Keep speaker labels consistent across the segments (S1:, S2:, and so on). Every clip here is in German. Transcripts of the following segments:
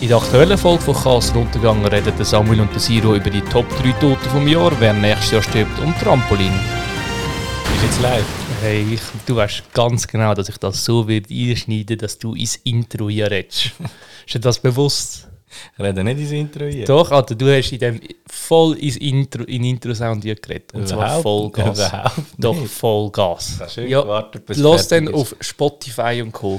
S1: In der aktuellen Folge von Chaos Runtergang reden der Samuel und der Siro über die Top 3 Toten vom Jahr, wer nächstes Jahr stirbt und Trampolin. Ist jetzt live. Hey, ich, du weißt ganz genau, dass ich das so wird einschneiden, dass du ins Intro hier redest. Ist dir das bewusst?
S2: Ich rede nicht ins Intro hier.
S1: Doch, Alter, du hast in dem voll ins Intro, in Intro-Sound hier geredet. Und zwar
S2: Überhaupt-
S1: Vollgas.
S2: überhaupt nicht.
S1: Doch, Vollgas.
S2: Das ist schön gewartet, bis es
S1: Los
S2: fertig
S1: dann
S2: ist.
S1: auf Spotify und Co.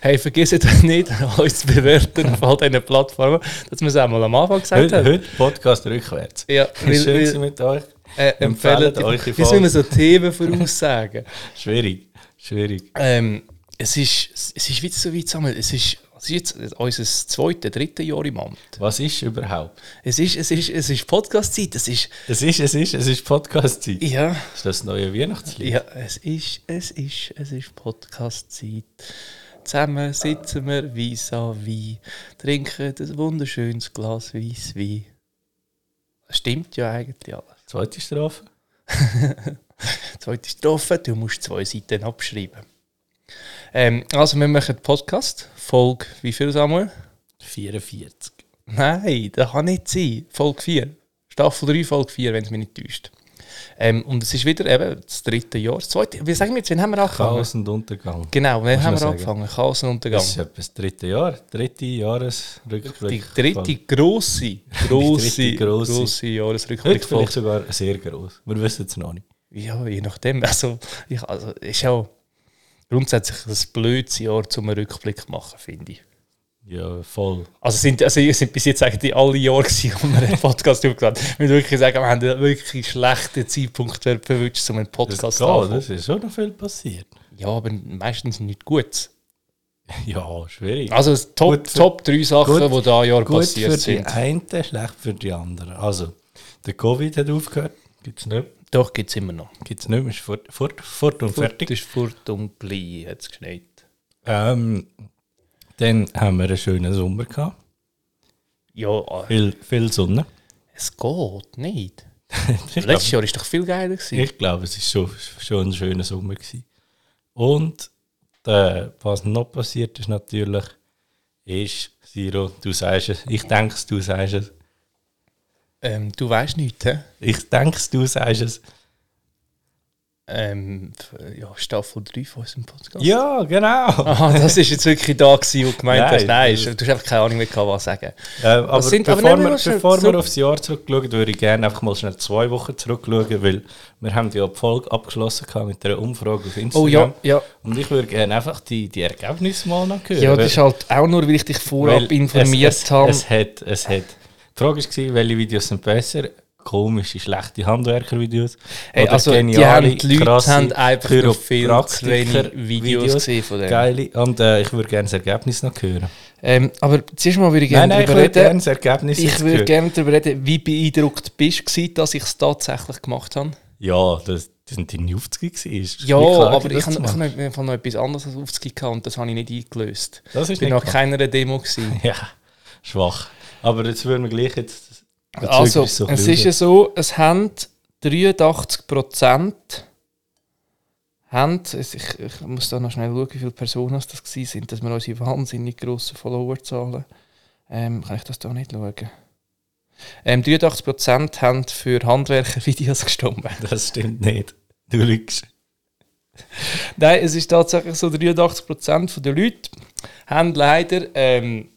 S1: Hey, vergiss doch nicht, uns zu bewerten auf all diesen Plattformen, dass wir es auch mal am Anfang gesagt
S2: Heute,
S1: haben.
S2: heute Podcast rückwärts.
S1: Ja, weil,
S2: Schön
S1: weil-
S2: gewesen mit euch.
S1: äh,
S2: Empfehlen
S1: empfehlen
S2: eure
S1: Wie sollen
S2: Folge.
S1: wir so Themen voraussagen?
S2: Schwierig, schwierig.
S1: ähm, es ist, es ist wieder so weit zusammen. Es ist, es ist jetzt unser zweites, drittes Jahr im Amt.
S2: Was ist überhaupt?
S1: Es ist, es ist, es ist Podcast-Zeit. Es ist,
S2: Es ist, es ist, es ist Podcast-Zeit.
S1: ja,
S2: Ist das neue Weihnachtslied?
S1: ja, es ist, es ist, es ist Podcast-Zeit. Zusammen sitzen wir vis-à-vis, trinken ein wunderschönes Glas Weisswein. Stimmt ja eigentlich alles.
S2: Zweite Strafe?
S1: Zweite Strophe, du musst zwei Seiten abschreiben. Ähm, also, wir machen Podcast, Folge, wie viel Samuel?
S2: 44.
S1: Nein, das kann nicht sein. Folge 4. Staffel 3, Folge 4, wenn es mich nicht täuscht. Ähm, und es ist wieder eben das dritte Jahr. Das zweite, wie sagen wir jetzt, wann haben wir angefangen?
S2: Chaos und Untergang.
S1: Genau, wann haben wir
S2: sagen.
S1: angefangen? Chaos und Untergang.
S2: Das ist etwa das dritte Jahr. Dritte
S1: Die
S2: Jahresrückblick.
S1: dritte grosse, grosse,
S2: dritte grosse.
S1: grosse
S2: Heute vielleicht
S1: Jahresrückblick.
S2: sogar sehr groß. Wir wissen es noch nicht.
S1: Ja, je nachdem. Also, ich, also ist ja grundsätzlich ein blödes Jahr, um einen Rückblick zu machen, finde ich.
S2: Ja, voll.
S1: Also sind, also es sind bis jetzt eigentlich alle Jahre gewesen, wo wir einen Podcast aufgeladen haben. Wir wirklich sagen, wir haben einen wirklich schlechten Zeitpunkt erwischt, um einen
S2: Das,
S1: Podcast zu
S2: geht,
S1: machen.
S2: das ist schon noch viel passiert.
S1: Ja, aber meistens nicht gut.
S2: Ja, schwierig.
S1: Also es Top,
S2: Gut für-
S1: Top 3 Sachen,
S2: gut-
S1: die da Jahr
S2: Gut für
S1: passiert
S2: die
S1: sind.
S2: einen, schlecht für die anderen. Also, der Covid hat aufgehört. Gibt es nicht.
S1: Doch, gibt es immer noch.
S2: Gibt's nicht mehr. Ist fort, fort, fort und
S1: Furt
S2: fertig.
S1: ist fort und gleich, hat es geschneit.
S2: Ähm, dann haben wir einen schönen Sommer gehabt.
S1: Ja, äh,
S2: Viel, viel Sonne.
S1: es geht nicht.
S2: ich glaube,
S1: Letztes Jahr war doch viel geiler. Gewesen.
S2: ich glaub, es war schon, schon ein schöner Sommer. Gewesen. Und äh, was noch passiert ist natürlich, ist, Siro, du sagst es, ich denke du sagst es,
S1: Ähm, du weißt nichts, hä?
S2: ich denke du sagst es.
S1: Ähm, f- ja, Staffel 3 von unserem Podcast.
S2: Ja, genau.
S1: Aha, das ist jetzt wirklich da gewesen, wo du gemeint
S2: Nein,
S1: hast. Nein,
S2: das-
S1: ist- du hast einfach keine Ahnung mehr, gehabt, was sagen.
S2: Äh, aber
S1: sind- aber
S2: bevor,
S1: nehmen wir noch
S2: wir,
S1: schnell
S2: bevor
S1: zurück.
S2: wir aufs Jahr zurückschauen, würde ich gerne einfach mal schnell zwei Wochen zurückschauen, weil wir haben ja die Folge abgeschlossen gehabt mit einer Umfrage auf Instagram.
S1: Oh ja, ja.
S2: Und ich würde gerne einfach die, die Ergebnisse mal noch hören.
S1: Ja, das ist halt auch nur, weil ich dich
S2: Weil-
S1: vorab
S2: weil
S1: informiert
S2: es, es,
S1: habe.
S2: Es hat, es hat. Die Frage war, welche Videos sind besser? Komische, schlechte Handwerker-Videos.
S1: Hey,
S2: oder
S1: also, die
S2: geniale,
S1: haben- die Leute
S2: krasse
S1: haben einfach noch viel zu
S2: Chiropraktiker-
S1: wenig Videos gesehen von dem.
S2: Geile. Und äh, ich würde gerne das Ergebnis noch hören.
S1: ähm, aber zuerst mal würde ich
S2: Nein,
S1: gerne
S2: nein, ich
S1: darüber
S2: würde gerne
S1: reden.
S2: das Ergebnis
S1: Ich
S2: jetzt
S1: würde
S2: hören.
S1: gerne darüber reden, wie beeindruckt bist du, dass ich es tatsächlich gemacht habe.
S2: Ja, das, das sind die 50 gewesen.
S1: Ja, aber ich
S2: kann
S1: habe ich hab im Fall noch etwas anderes als aufgegeben gehabt und das habe ich nicht eingelöst.
S2: Das ist
S1: Ich bin
S2: nicht
S1: nach
S2: gemacht.
S1: keiner Demo. Gewesen.
S2: Ja, schwach. Aber jetzt würden wir gleich jetzt. jetzt
S1: Also,
S2: wirklich so ein
S1: es
S2: bisschen
S1: ist ja
S2: raus.
S1: so, es haben 83% haben, es- ich, ich muss da noch schnell schauen, wie viele Personen es das gewesen sind, dass wir unsere wahnsinnig grossen Followerzahlen, ähm, kann ich das da nicht schauen? Ähm, 83% haben für Handwerker-Videos gestimmt.
S2: Das stimmt nicht. Du lügst.
S1: Nein, es ist tatsächlich so, 83% der Leute haben leider ähm,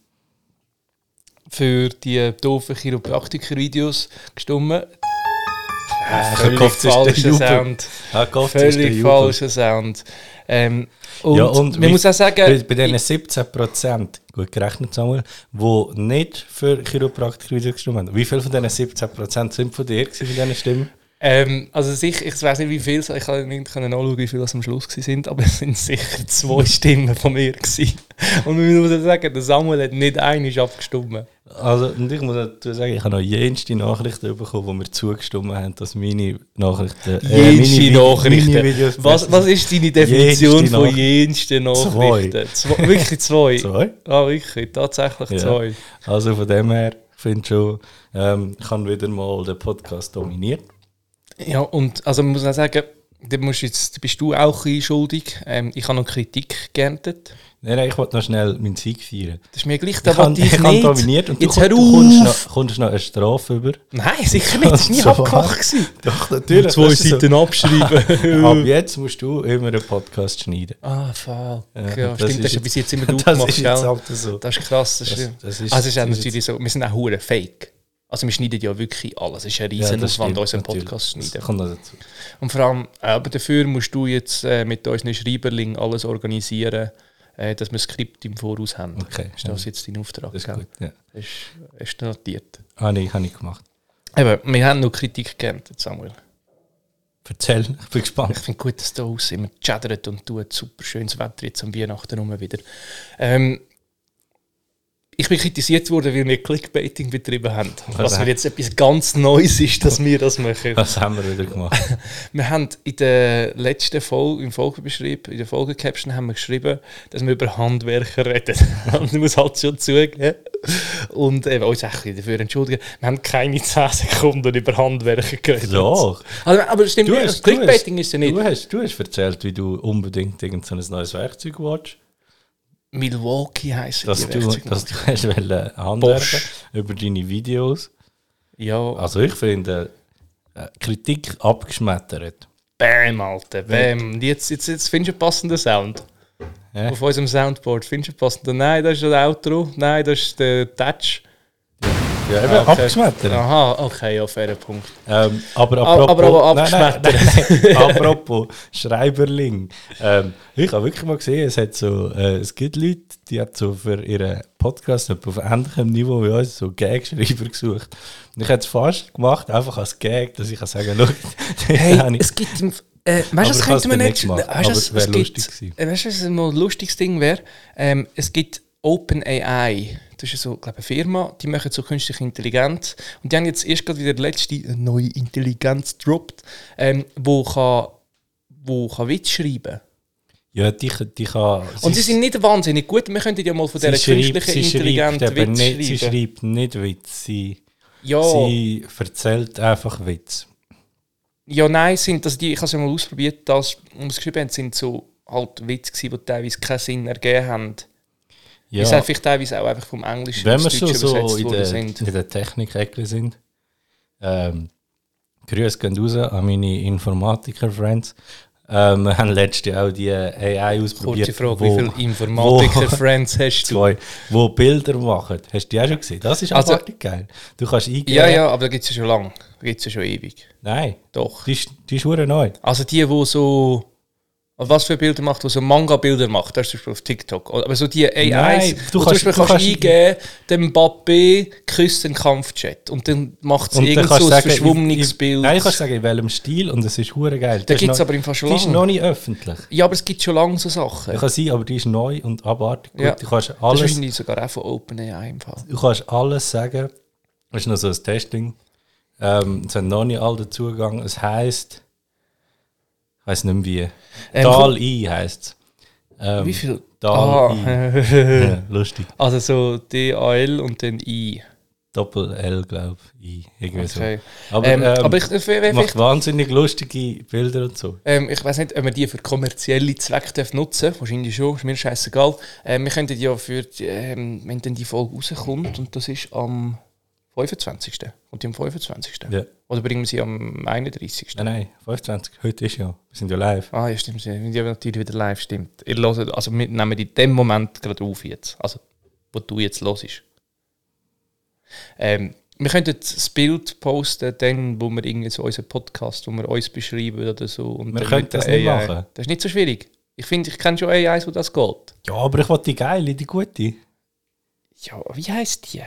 S1: für die doofen Chiropraktiker-Videos gestimmt.
S2: ich hab
S1: Äh, Völlig
S2: gehofft, es ist der
S1: falscher
S2: Jubel.
S1: Sound.
S2: Ah, Gott, ist der
S1: Völlig
S2: Jubel.
S1: falscher Sound. Ähm, und,
S2: Ja, und
S1: man
S2: wie-
S1: muss auch
S2: Bei,
S1: sagen,
S2: bei diesen 17 Prozent, gut gerechnet Samuel, die nicht für Chiropraktiker gestimmt haben. Wie viele von diesen 17 Prozent sind von dir gewesen, von diesen Stimmen?
S1: ähm, also sicher, ich weiß nicht, wie viel, ich kann nicht können nachschauen, wie viele das am Schluss gewesen sind, aber es sind sicher zwei Stimmen von mir. Gewesen. Und man muss auch sagen, der Samuel hat nicht einmal abgestimmt.
S2: Also, und ich muss dazu sagen, ich habe noch jenste Nachrichten bekommen, wo mir zugestimmt haben, dass meine Nachrichten. äh,
S1: Jenste
S2: meine Vi-
S1: Nachrichten.
S2: meine Videos
S1: was, was ist deine Definition
S2: Jenste
S1: von
S2: Nach-
S1: jensten Nachrichten? Zwei. Wirklich zwei?
S2: Zwei.
S1: Ah, wirklich, tatsächlich
S2: Ja.
S1: zwei.
S2: Also von dem her finde ich schon, ähm, ich habe wieder mal den Podcast dominiert.
S1: Ja, und also man muss auch sagen, Da musst du jetzt, da bist du auch ein bisschen schuldig. Ähm, ich habe noch Kritik geerntet.
S2: Nein, nein, ich wollte noch schnell meinen Sieg feiern.
S1: Das ist mir gleich,
S2: Ich
S1: da
S2: habe
S1: wollte ich
S2: ich
S1: nicht.
S2: habe dominiert und
S1: jetzt
S2: du,
S1: hör
S2: du kommst,
S1: auf!
S2: noch, kommst noch eine Strafe über.
S1: Nein, sicher nicht, das war nie
S2: So
S1: abgemacht.
S2: was.
S1: gewesen.
S2: Doch, natürlich.
S1: Zwei Seiten abschreiben.
S2: Ab jetzt musst du immer einen Podcast schneiden.
S1: ah, fuck. Ja,
S2: Ja, das
S1: stimmt, das
S2: ist
S1: hast du bis jetzt immer du
S2: Das
S1: gemacht.
S2: ist
S1: gell?
S2: jetzt halt so.
S1: Das ist krass, das,
S2: Das-
S1: stimmt.
S2: das ist-
S1: also es ist auch
S2: das ist
S1: natürlich so, wir sind auch hure fake. Also wir schneiden ja wirklich alles. Es ist ein
S2: Ja,
S1: riesen
S2: das
S1: Aufwand,
S2: stimmt,
S1: unseren
S2: natürlich.
S1: Podcast zu
S2: Das
S1: schneiden.
S2: kommt noch dazu.
S1: Und vor allem, äh, aber dafür musst du jetzt äh, mit unseren Schreiberling alles organisieren, äh, dass wir das Skript im Voraus haben.
S2: Okay,
S1: Ist das jetzt dein Auftrag?
S2: Das ist
S1: gell?
S2: gut. Ja.
S1: Ist, ist notiert.
S2: Ah, nein, habe ich gemacht.
S1: Eben, wir haben noch Kritik geerntet, Samuel.
S2: Erzähl, ich bin gespannt.
S1: Ich finde gut, dass da aus immer chattert und tut. Super schönes Wetter jetzt am Weihnachten rum wieder. Ähm, ich bin kritisiert worden, weil wir Clickbaiting betrieben haben.
S2: Also
S1: Was mir jetzt etwas ganz Neues ist, dass wir das machen.
S2: Was haben wir wieder gemacht?
S1: Wir haben in der letzten Folge, im Folgebeschrieb, in der Folgecaption haben wir geschrieben, dass wir über Handwerker reden. Und ich muss halt schon zugeben. Und eben, uns auch ein bisschen dafür entschuldigen. Wir haben keine 10 Sekunden über Handwerker geredet.
S2: Doch.
S1: Also, aber stimmt,
S2: Du hast- du
S1: Clickbaiting ist ja nicht.
S2: Du hast, du hast erzählt, wie du unbedingt irgend so ein neues Werkzeug willst.
S1: Milwaukee heißen
S2: Dass
S1: die
S2: du,
S1: Werkzeuge.
S2: dass du hast wollen äh, handwerken
S1: Bosch.
S2: über deine Videos.
S1: Ja,
S2: Also ich finde, äh, Kritik abgeschmettert.
S1: bam, Alter, bam. Und Jetzt, jetzt, jetzt findest du einen passenden Sound.
S2: Ja.
S1: Auf unserem Soundboard findest du einen passenden. Nein, das ist das Outro. Nein, das ist der Touch.
S2: Ja, eben,
S1: Okay.
S2: abgeschmettert.
S1: Aha, okay, ja, fairer Punkt.
S2: Ähm, aber
S1: Ah, Aber- aber
S2: apropos,
S1: auch
S2: Nein,
S1: abgeschmettert.
S2: nein, nein, nein. apropos Schreiberling. Ähm, ich habe wirklich mal gesehen, es, hat so, äh, es gibt Leute, die haben so für ihren Podcast etwa auf ähnlichem Niveau wie uns so Gagschreiber gesucht. Und ich hätte es fast gemacht, einfach als Gag, dass ich kann sagen kann,
S1: Hey, es gibt. im- Äh, weißt du,
S2: ich
S1: das
S2: hab's
S1: könnte man
S2: dann
S1: nicht.
S2: nicht gemacht,
S1: Weißt du,
S2: aber
S1: was-
S2: es wär
S1: es gibt.
S2: lustig gewesen.
S1: äh, Weißt du, was ein mal lustiges Ding wäre? Ähm, es gibt OpenAI. Das ist so, glaube eine Firma, die machen so künstliche Intelligenz. Und die haben jetzt erst gerade wieder die letzte äh, neue Intelligenz gedroppt, ähm, wo kann, wo kann Witz schreiben
S2: ja, die, die kann...
S1: Und sie sind nicht wahnsinnig gut. Wir könnten ja mal von dieser künstlichen Intelligenz
S2: schreibt aber
S1: Witz
S2: nicht,
S1: schreiben.
S2: Sie schreibt nicht Witz, sie,
S1: ja.
S2: sie erzählt einfach Witz.
S1: Ja, nein, sind, also die, ich habe es ja mal ausprobiert, das, was sie geschrieben haben, sind so halt Witze gewesen, die teilweise keinen Sinn ergeben haben.
S2: Ja.
S1: Ist einfach teilweise auch einfach vom Englischen
S2: Wenn wir
S1: ins
S2: schon
S1: Deutsche
S2: so
S1: übersetzt
S2: in
S1: worden
S2: der,
S1: sind.
S2: in der Technik-Ecke sind, ähm, Grüße gehen raus an meine Informatiker-Friends. Ähm, wir haben letztes Jahr auch die AI ausprobiert.
S1: Kurze Frage,
S2: wo-
S1: wie viele Informatiker-Friends hast du?
S2: Zwei, wo Bilder machen. Hast du die auch schon gesehen? Das ist
S1: Also-
S2: abartig geil. Du kannst eingeben.
S1: Ja, ja, aber da gibt es ja schon lange. Da gibt es ja schon ewig.
S2: Nein,
S1: Doch.
S2: die ist, die ist verdammt neu.
S1: Also die, die so... also Was für Bilder macht, die so Manga-Bilder macht, das ist zum Beispiel auf TikTok. Aber so die AIs,
S2: Nein,
S1: du
S2: du
S1: kannst, zum
S2: kannst-
S1: Beispiel
S2: du
S1: kannst,
S2: kannst-
S1: eingeben, dem Mbappé küsst den Kampfchat und dann macht es
S2: Und dann
S1: irgend
S2: kannst
S1: so
S2: du
S1: ein
S2: sagen,
S1: verschwommenes
S2: in- in-
S1: Bild.
S2: Nein, du kannst sagen, in welchem Stil und es ist verdammt geil.
S1: Da
S2: Die ist
S1: gibt's
S2: noch-
S1: aber im Fall schon
S2: Die ist
S1: lange.
S2: noch nicht öffentlich.
S1: Ja, aber es gibt schon lange so Sachen.
S2: Die kann sein, aber die ist neu und abartig. gut.
S1: Ja.
S2: Du kannst
S1: Das ist
S2: alles
S1: wahrscheinlich sogar auch von OpenAI im Fall.
S2: du kannst alles sagen. Das ist noch so ein Testing. Ähm, es haben noch nicht alle Zugang. Es heisst, ich weiß nicht mehr wie.
S1: Ähm,
S2: Tal I heisst es. Ähm,
S1: Wie viel?
S2: Dal
S1: Ah.
S2: Ja, lustig.
S1: Also so DAL und dann I.
S2: Doppel L, glaube ich. Irgendwie
S1: Okay.
S2: so. Aber,
S1: ähm,
S2: ähm,
S1: aber ich, ich,
S2: macht
S1: ich,
S2: wahnsinnig lustige Bilder und so.
S1: ähm, ich weiß nicht, ob man die für kommerzielle Zwecke darf nutzen darf. Wahrscheinlich schon, ist mir scheißegal. Ähm, wir könnten ja für, die, ähm, wenn dann die Folge rauskommt, und das ist am 25. Und die am 25.
S2: Ja.
S1: Oder bringen wir sie am 31.
S2: Nein, nein, 25. Heute ist ja. Wir sind ja live.
S1: Ah, ja, stimmt. Sie sind ja natürlich wieder live, stimmt. Ihr hört, also wir nehmen in dem Moment gerade auf jetzt. Also, wo du jetzt hörst. Ähm, wir könnten das Bild posten, dann, wo wir irgendwie so unseren Podcast, wo wir uns beschreiben oder so. Und
S2: Wir
S1: dann
S2: könnten
S1: mit der
S2: das nicht
S1: AI.
S2: machen.
S1: Das ist nicht so schwierig. Ich finde, ich kenne schon AIs, wo das geht.
S2: Ja, aber ich wollte die geile, die gute.
S1: Ja, wie heisst die?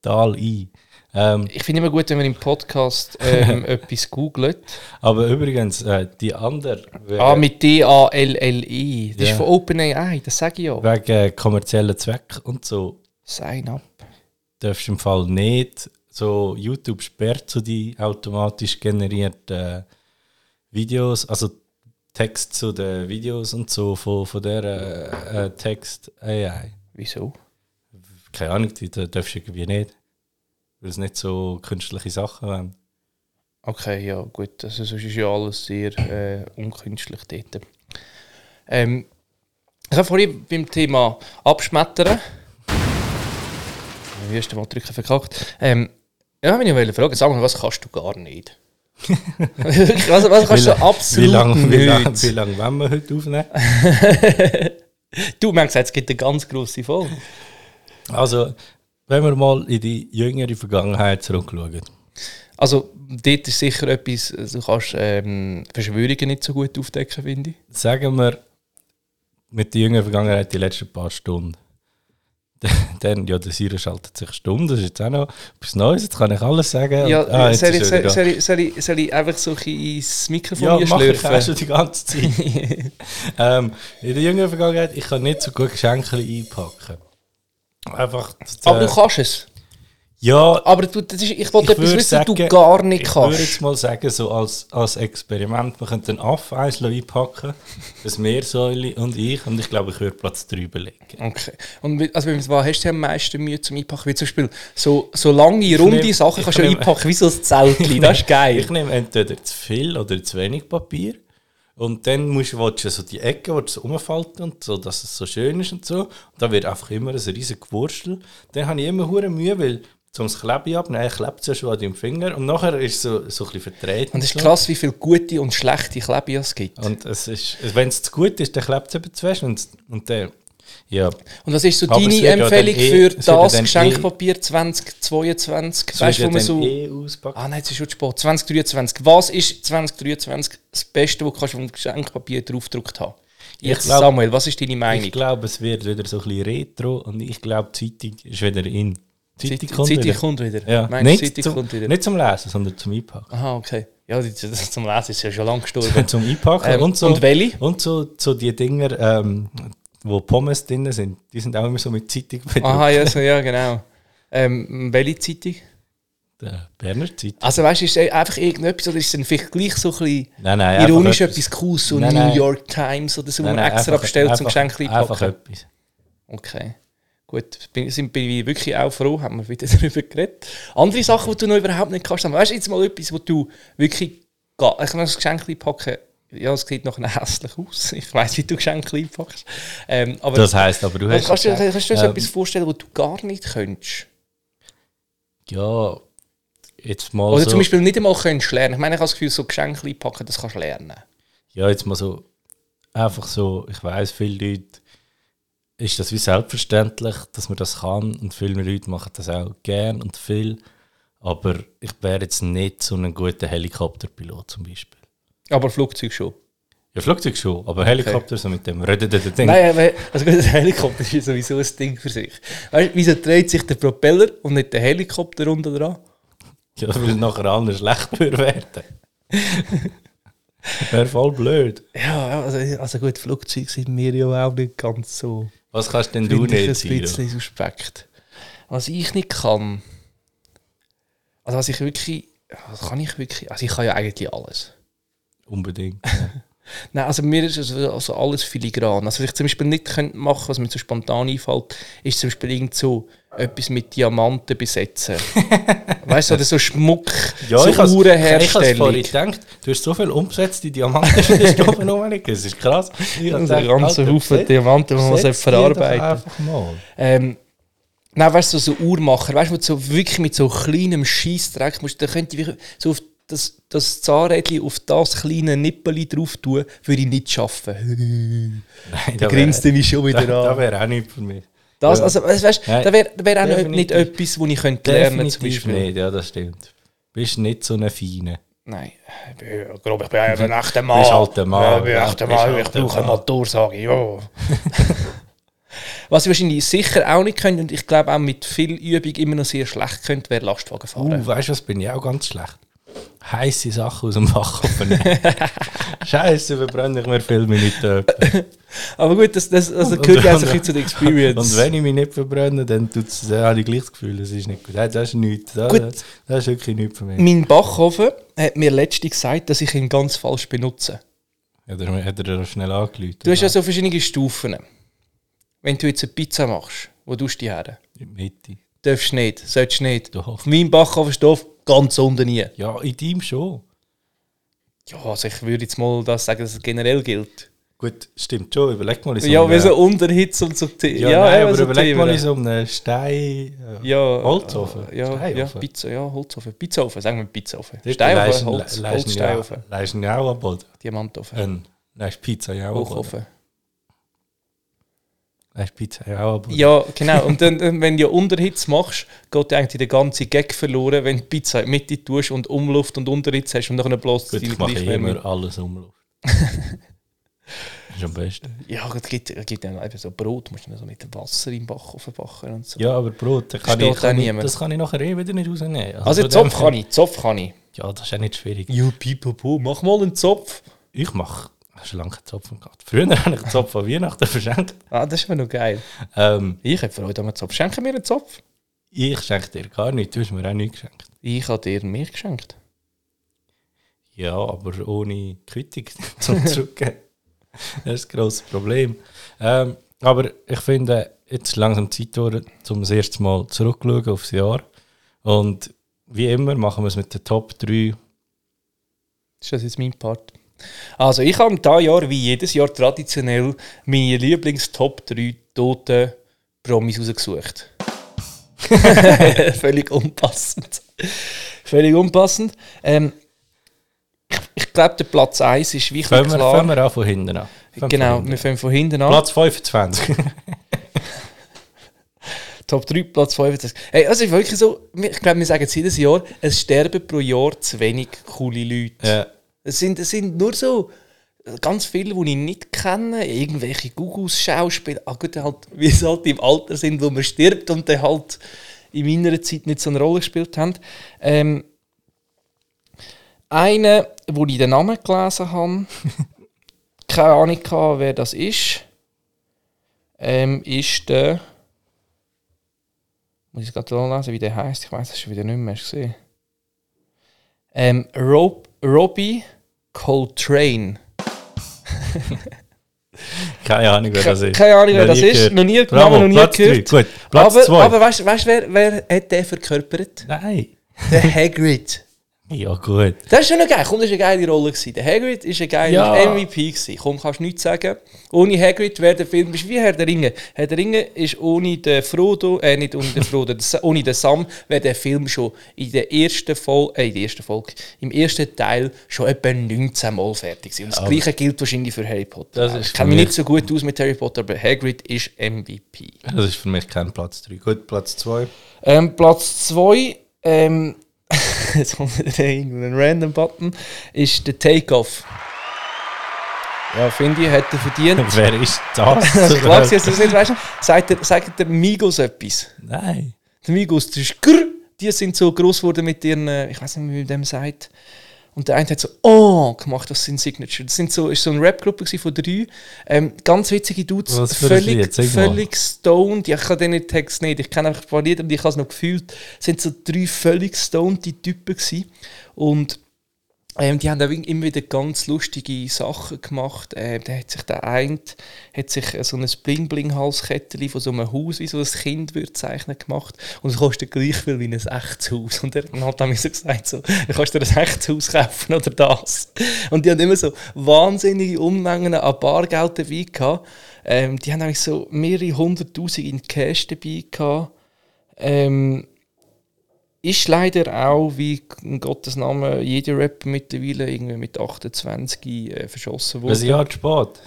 S2: Tal I. Ähm,
S1: Ich finde immer gut, wenn man im Podcast ähm, etwas googelt.
S2: aber übrigens, äh, die andere. äh,
S1: Ah, mit D-A-L-L-I. E. Das
S2: Ja.
S1: ist von OpenAI, das sage ich ja.
S2: wegen kommerziellen Zweck und so
S1: Sign up.
S2: darfst du im Fall nicht so YouTube sperrt so die automatisch generierten Videos, also Text zu den Videos und so von, von der äh, äh, Text AI.
S1: Wieso?
S2: Keine Ahnung, die da darfst du irgendwie nicht, weil es nicht so künstliche Sachen haben.
S1: Okay, ja, gut. Also, sonst ist ja alles sehr äh, unkünstlich dort. Ähm, ich habe vorhin beim Thema Abschmettern. Am ersten Mal drücken verkackt. Ähm, ja, wenn ich wollte fragen, sag mal, was kannst du gar nicht? was, was kannst du absolut
S2: wie lange,
S1: nicht?
S2: wie lange, wie lange wollen wir heute aufnehmen?
S1: Du, man hat gesagt, es gibt eine ganz grosse Folge.
S2: Also, wenn wir mal in die jüngere Vergangenheit zurückschauen.
S1: Also, dort ist sicher etwas, du kannst ähm, Verschwörungen nicht so gut aufdecken, finde ich.
S2: Sagen wir, mit der jüngeren Vergangenheit die letzten paar Stunden. Dann, ja, der Sire schaltet sich stumm, das ist jetzt auch noch etwas Neues, jetzt kann ich alles sagen.
S1: Ja,
S2: Und- ah, jetzt
S1: soll, ich,
S2: ist er
S1: soll,
S2: wieder
S1: soll, ich, soll, ich, soll ich einfach so ein bisschen ins Mikrofon
S2: da.
S1: hier
S2: ja, mach ich auch Also,
S1: schlürfen?
S2: äh, schon die ganze Zeit. ähm, in der jüngeren Vergangenheit, ich kann nicht so gut Geschenke einpacken. Einfach... das,
S1: Aber
S2: äh,
S1: du kannst es.
S2: ja,
S1: Aber du, das ist, ich wollte
S2: Ich
S1: etwas
S2: würde
S1: wissen, sagen, du
S2: sagen,
S1: gar nicht
S2: Ich würde jetzt
S1: kannst.
S2: mal sagen, so als, als Experiment, wir könnten einen Affe eins einpacken, ein Meersäule und ich, und ich glaube, ich würde Platz 3 belegen.
S1: Okay. Und wie- also, wenn was hast du am meisten Mühe zum Einpacken? Wie zum Beispiel so, so lange, runde
S2: nehm-
S1: Sachen kannst du
S2: ich
S1: ja
S2: nehm-
S1: einpacken, wie so ein Zeltli. Das ist geil.
S2: Ich nehme entweder zu viel oder zu wenig Papier und dann musst du, willst du so die Ecken willst du so umfalten und so, dass es so schön ist und so. Und da wird einfach immer ein riesen Gewurstel. Dann habe ich immer hure Mühe, weil zum das Klebe abnehmen, klebt es ja schon an deinem Finger und nachher ist es so, so ein bisschen verdreht.
S1: Und es
S2: so.
S1: ist krass, wie viele gute und schlechte Klebe es gibt.
S2: Und es ist, wenn es zu gut ist, dann klebt es eben zu fest und, und dann, ja.
S1: Und was ist so
S2: Aber es
S1: deine
S2: wird ja dann
S1: Empfehlung
S2: eh-
S1: für
S2: es wird ja
S1: das
S2: dann
S1: Geschenkpapier 2022?
S2: Das
S1: Weißt du,
S2: wird
S1: wo
S2: ja
S1: man
S2: dann
S1: so.
S2: eh auspacken.
S1: Ah nein, jetzt ist schon zu spät. 2023. Was ist 2023 das Beste, was du kannst vom Geschenkpapier draufgedruckt haben? Jetzt,
S2: glaub-
S1: Samuel, was ist deine Meinung?
S2: Ich glaube, es wird wieder so ein bisschen retro und ich glaube, die Zeitung ist wieder in. Die
S1: Zeit-
S2: Zeitung kommt
S1: Zeitung
S2: wieder.
S1: kommt wieder.
S2: Ja.
S1: Meinst, du,
S2: Nicht,
S1: Zeitung
S2: zum,
S1: kommt wieder.
S2: nicht zum Lesen, sondern zum Einpacken.
S1: Aha, okay. Ja, die- das zum Lesen ist ja schon lange gestorben.
S2: zum Einpacken
S1: Ähm,
S2: und so.
S1: und welche?
S2: Und so, so die Dinger, ähm, wo Pommes drin sind, die sind auch immer so mit Zeitung bedruckt.
S1: Aha, ja, so, ja genau. Ähm, welche Zeitung?
S2: Der Äh, Berner Zeitung.
S1: Also weißt du, ist es einfach irgendetwas oder ist es dann vielleicht gleich so ein bisschen
S2: Nein, nein, einfach
S1: ironisch etwas Cooles, so
S2: Nein,
S1: New
S2: nein.
S1: York Times oder so, wo
S2: Nein,
S1: man
S2: nein,
S1: extra
S2: einfach-
S1: bestellt zum
S2: einfach-
S1: Geschenk
S2: Einfach
S1: einpacken?
S2: etwas.
S1: Okay. Gut, bin, sind, bin ich wirklich auch froh, haben wir wieder darüber geredet. Andere Sachen, die du noch überhaupt nicht kannst, aber weißt du, jetzt mal etwas, wo du wirklich. ga- Ich kann das Geschenk einpacken. Ja, es sieht nachher hässlich aus. Ich weiß, wie du Geschenke einpackst. Ähm, aber
S2: Das heisst, aber du hast.
S1: kannst, du, kannst du dir so
S2: Ähm,
S1: etwas vorstellen, wo du gar nicht könntest?
S2: Ja, jetzt mal.
S1: Oder
S2: so.
S1: zum Beispiel nicht einmal könntest lernen. Ich meine, ich habe das Gefühl, so Geschenke einpacken, das kannst du lernen.
S2: ja, jetzt mal so, einfach so, ich weiß viele Leute, ist das wie selbstverständlich, dass man das kann und viele Leute machen das auch gern und viel, aber ich wäre jetzt nicht so ein guter Helikopterpilot zum Beispiel.
S1: Aber Flugzeug schon.
S2: Ja, Flugzeug schon, aber Helikopter so mit dem rödeten Ding.
S1: Nein, aber- also gut, ein Helikopter ist ja sowieso ein Ding für sich. Weißt du, wieso dreht sich der Propeller und nicht der Helikopter unten dran?
S2: Ja, weil nachher allen schlecht würde werden. wäre voll blöd.
S1: Ja, also, also gut, Flugzeuge sind mir ja auch nicht ganz so.
S2: Was kannst denn du
S1: Finde ich
S2: nicht,
S1: ein
S2: Siro?
S1: bisschen suspekt. Was ich nicht kann, also was ich wirklich, was kann ich wirklich, also ich kann ja eigentlich alles.
S2: Unbedingt.
S1: Nein, also mir ist also, also alles filigran. Also was ich zum Beispiel nicht könnte machen, was mir so spontan einfällt, ist zum Beispiel irgend so etwas mit Diamanten besetzen. weißt du, oder so Schmuck, so
S2: ich has- Ich habe
S1: Uhrenherstellung.
S2: vorhin gedacht, du hast so viel umgesetzte Diamanten in der Stube rumliegen. Das ist krass. Ich
S1: Also einen ganzen Haufen Diamanten, die man muss verarbeiten
S2: Einfach mal.
S1: Ähm, nein, weißt du, so, so Uhrmacher, weißt du, wo du so wirklich mit so kleinem Scheißdreck musst, da könnte ich wirklich so auf das, das Zahnrädchen auf das kleine Nippeli drauf tun, würde ich nicht schaffen.
S2: Nein,
S1: da grinst er mich schon wieder
S2: da, da
S1: an.
S2: wäre auch nicht für mich.
S1: Das,
S2: ja.
S1: also, weißt, weißt,
S2: Nein,
S1: da wäre wär auch nicht-
S2: definitiv.
S1: nicht etwas, wo ich könnte lernen zum Beispiel.
S2: nicht, ja, das stimmt. Du bist nicht so ein Feiner.
S1: Nein, ich bin, ja- glaub, ich bin ja ein echter Mann.
S2: Bist halt ein Mann,
S1: Ah, Ja, ich bin
S2: ja,
S1: ein echter Mann,
S2: bist halt
S1: ich
S2: ein
S1: brauche eine
S2: Mann.
S1: Motorsage, ja. Was ich wahrscheinlich sicher auch nicht könnte und ich glaube auch mit viel Übung immer noch sehr schlecht könnte, wäre Lastwagen fahren.
S2: Uh, weißt du, was bin ich auch ganz schlecht? Heiße Sachen aus dem Backofen. nehmen. Scheiße, verbrenne ich mir viele Minuten.
S1: Aber gut, das, das also
S2: Und-
S1: gehört ja auch
S2: und-
S1: so ein bisschen zu der
S2: Und
S1: Experience.
S2: wenn ich mich nicht verbrenne, dann, tut's, dann habe ich gleich das Gefühl, das ist nicht gut. Nein, Das ist nichts. Das,
S1: Gut.
S2: das, das ist wirklich nichts für mich.
S1: mein Backofen hat mir letztens gesagt, dass ich ihn ganz falsch benutze.
S2: Ja, darum hat er das schnell angelötet.
S1: Du hast ja so verschiedene Stufen. Wenn du jetzt eine Pizza machst, wo tust du die her?
S2: In die Mitte.
S1: Darfst nicht, sollst nicht.
S2: Doch.
S1: Auf meinem Backofen steht ganz unten nie.
S2: Ja, in deinem schon.
S1: Ja, also ich würde jetzt mal das sagen, dass es generell gilt.
S2: Gut, stimmt schon. Überleg mal in so
S1: ja,
S2: einem-
S1: wie so Unterhitze und so Themen.
S2: ja, nein,
S1: eben
S2: aber
S1: so
S2: überleg mal
S1: Themen.
S2: in so einem Stein. äh,
S1: ja,
S2: Holzofen?
S1: äh, Ja, ja,
S2: Steinofen?
S1: Pizza, ja, Holzofen. Pizzaofen, sagen wir Pizzaofen.
S2: dort
S1: Steinofen,
S2: leisten-
S1: Holz,
S2: leisten
S1: Holzsteinofen,
S2: ja- Leisten ja auch am Boden.
S1: Diamantofen,
S2: Ein- Leisten Pizza ja auch am Boden.
S1: Hochofen.
S2: Leisten Pizza ja auch am Boden.
S1: Ja, genau. Und dann, dann, wenn du Unterhitze machst, geht dir eigentlich der ganze Gag verloren, wenn du die Pizza in die Mitte tust und Umluft und Unterhitze hast und nachher bloß
S2: Gut, ich mache immer alles Umlauf. ist am besten.
S1: Ja, es gibt, es gibt dann eben so Brot, musst du dann so mit Wasser im Backofen backen und so.
S2: Ja, aber Brot, da kann
S1: Versteht
S2: ich, kann
S1: auch
S2: ich,
S1: niemand.
S2: das kann ich nachher eh wieder nicht rausnehmen.
S1: Also
S2: von
S1: Zopf
S2: dem
S1: kann
S2: her-
S1: ich, Zopf kann ich.
S2: Ja, das ist ja nicht schwierig.
S1: You pipapo, mach mal einen Zopf.
S2: Ich mache schon lange keinen Zopf gehabt. Früher habe ich einen Zopf an Weihnachten verschenkt.
S1: Ah, das ist aber noch geil.
S2: Ähm,
S1: Ich habe Freude an einem Zopf. Schenke mir einen Zopf.
S2: ich schenke dir gar nichts, du hast mir auch nichts geschenkt.
S1: Ich habe dir mehr geschenkt.
S2: Ja, aber ohne Quittung zum Zurückgeben. Das ist ein grosses Problem. Ähm, aber ich finde, jetzt ist langsam Zeit geworden, um das erste Mal zurückzuschauen aufs Jahr. Und wie immer machen wir es mit den Top 3.
S1: Ist das jetzt mein Part? Also, ich habe dieses Jahr wie jedes Jahr traditionell meine Lieblings-Top 3 toten Promis rausgesucht. Völlig unpassend. Völlig unpassend. Ähm, ich, ich glaube, der Platz 1 ist wirklich
S2: Fangen wir,
S1: klar.
S2: fangen wir an von hinten an. Fangen von
S1: genau,
S2: hinten
S1: wir
S2: an.
S1: fangen von hinten an.
S2: Platz 25.
S1: Top 3, Platz 25. Hey, also es ist wirklich so, wir- ich glaube, wir sagen es jedes Jahr, es sterben pro Jahr zu wenig coole Leute.
S2: ja.
S1: Es, sind, es sind nur so äh, ganz viele, die ich nicht kenne, irgendwelche Gugus, Schauspieler, ah, gut, halt, wie sie halt im Alter sind, wo man stirbt und dann halt in meiner Zeit nicht so eine Rolle gespielt haben. Ähm, einer, wo ich den Namen gelesen habe, keine Ahnung, hatte, wer das ist, ähm, ist der. Muss ich es gerade lesen, wie der heißt? Ich weiß es schon wieder nicht mehr. Hast du gesehen? Ähm, Rob, Robbie Coltrane.
S2: Keine Ahnung, wer das ist.
S1: Keine Ahnung, wer
S2: Noch
S1: das
S2: nie
S1: ist.
S2: gehört.
S1: Noch nie,
S2: Bravo,
S1: Namen noch nie
S2: Platz drei.
S1: gehört.
S2: Gut, Platz
S1: aber
S2: 2.
S1: aber weißt du, wer, wer hat den verkörpert?
S2: Nein.
S1: Der Hagrid.
S2: Ja, gut.
S1: Das ist schon noch geil. Komm, das war eine geile Rolle. Gewesen. Der Hagrid war ein geiler
S2: Ja.
S1: MVP. Gewesen. Komm, kannst du nichts sagen. Ohne Hagrid wäre der Film ist wie Herr der Ringe. Herr der Ringe ist ohne den Frodo, äh, nicht ohne den Frodo, den Sa- ohne den Sam, wäre der Film schon in der ersten Folge, äh, in der ersten Folge, im ersten Teil schon etwa 19 Mal fertig gewesen. Und das
S2: Aber-
S1: Gleiche gilt wahrscheinlich für Harry Potter.
S2: Das ist
S1: ich
S2: für
S1: kenne mich
S2: mich-
S1: nicht so gut aus mit Harry Potter, aber Hagrid ist MVP.
S2: Das ist für mich kein Platz 3. Gut, Platz 2.
S1: Ähm, Platz 2, ähm, jetzt kommt wieder irgendein random Button, ist der Takeoff. Ja, finde ich, hätte er verdient.
S2: Wer ist das?
S1: Klar, dass du es nicht weißt. Sagt der, sagt der Migos etwas?
S2: Nein.
S1: Die Migos, das ist grrr, die sind so gross geworden mit ihren, äh, ich weiß nicht, wie man dem sagt. Und der eine hat so «Oh» gemacht, das sind Signature. Das sind so, ist so eine Rap-Gruppe gewesen von drei. Ähm, ganz witzige Dudes,
S2: Was für ein Lied?
S1: völlig,
S2: Sag mal.
S1: völlig stoned. Ja, ich kann den Text nicht, ich kenne einfach ein paar Lieder, aber ich habe es noch gefühlt. Es sind so drei völlig stoned Typen gewesen. Und ähm, die haben auch immer wieder ganz lustige Sachen gemacht. Ähm, da hat sich der eine hat sich äh, so ein Bling-Bling-Halskettchen von so einem Haus, wie so ein Kind würde zeichnen, gemacht. Und es kostet gleich viel wie ein echtes Haus. Und er hat dann so gesagt, so, du kannst dir ein echtes Haus kaufen oder das. Und die haben immer so wahnsinnige Unmengen an Bargeld dabei gehabt. Ähm, die haben eigentlich so mehrere hunderttausend in Cash dabei gehabt. Ähm, ist leider auch, wie in Gottes Namen, jeder Rapper mittlerweile irgendwie mit 28 äh, verschossen
S2: Ein
S1: wurde.
S2: Jahr zu spät.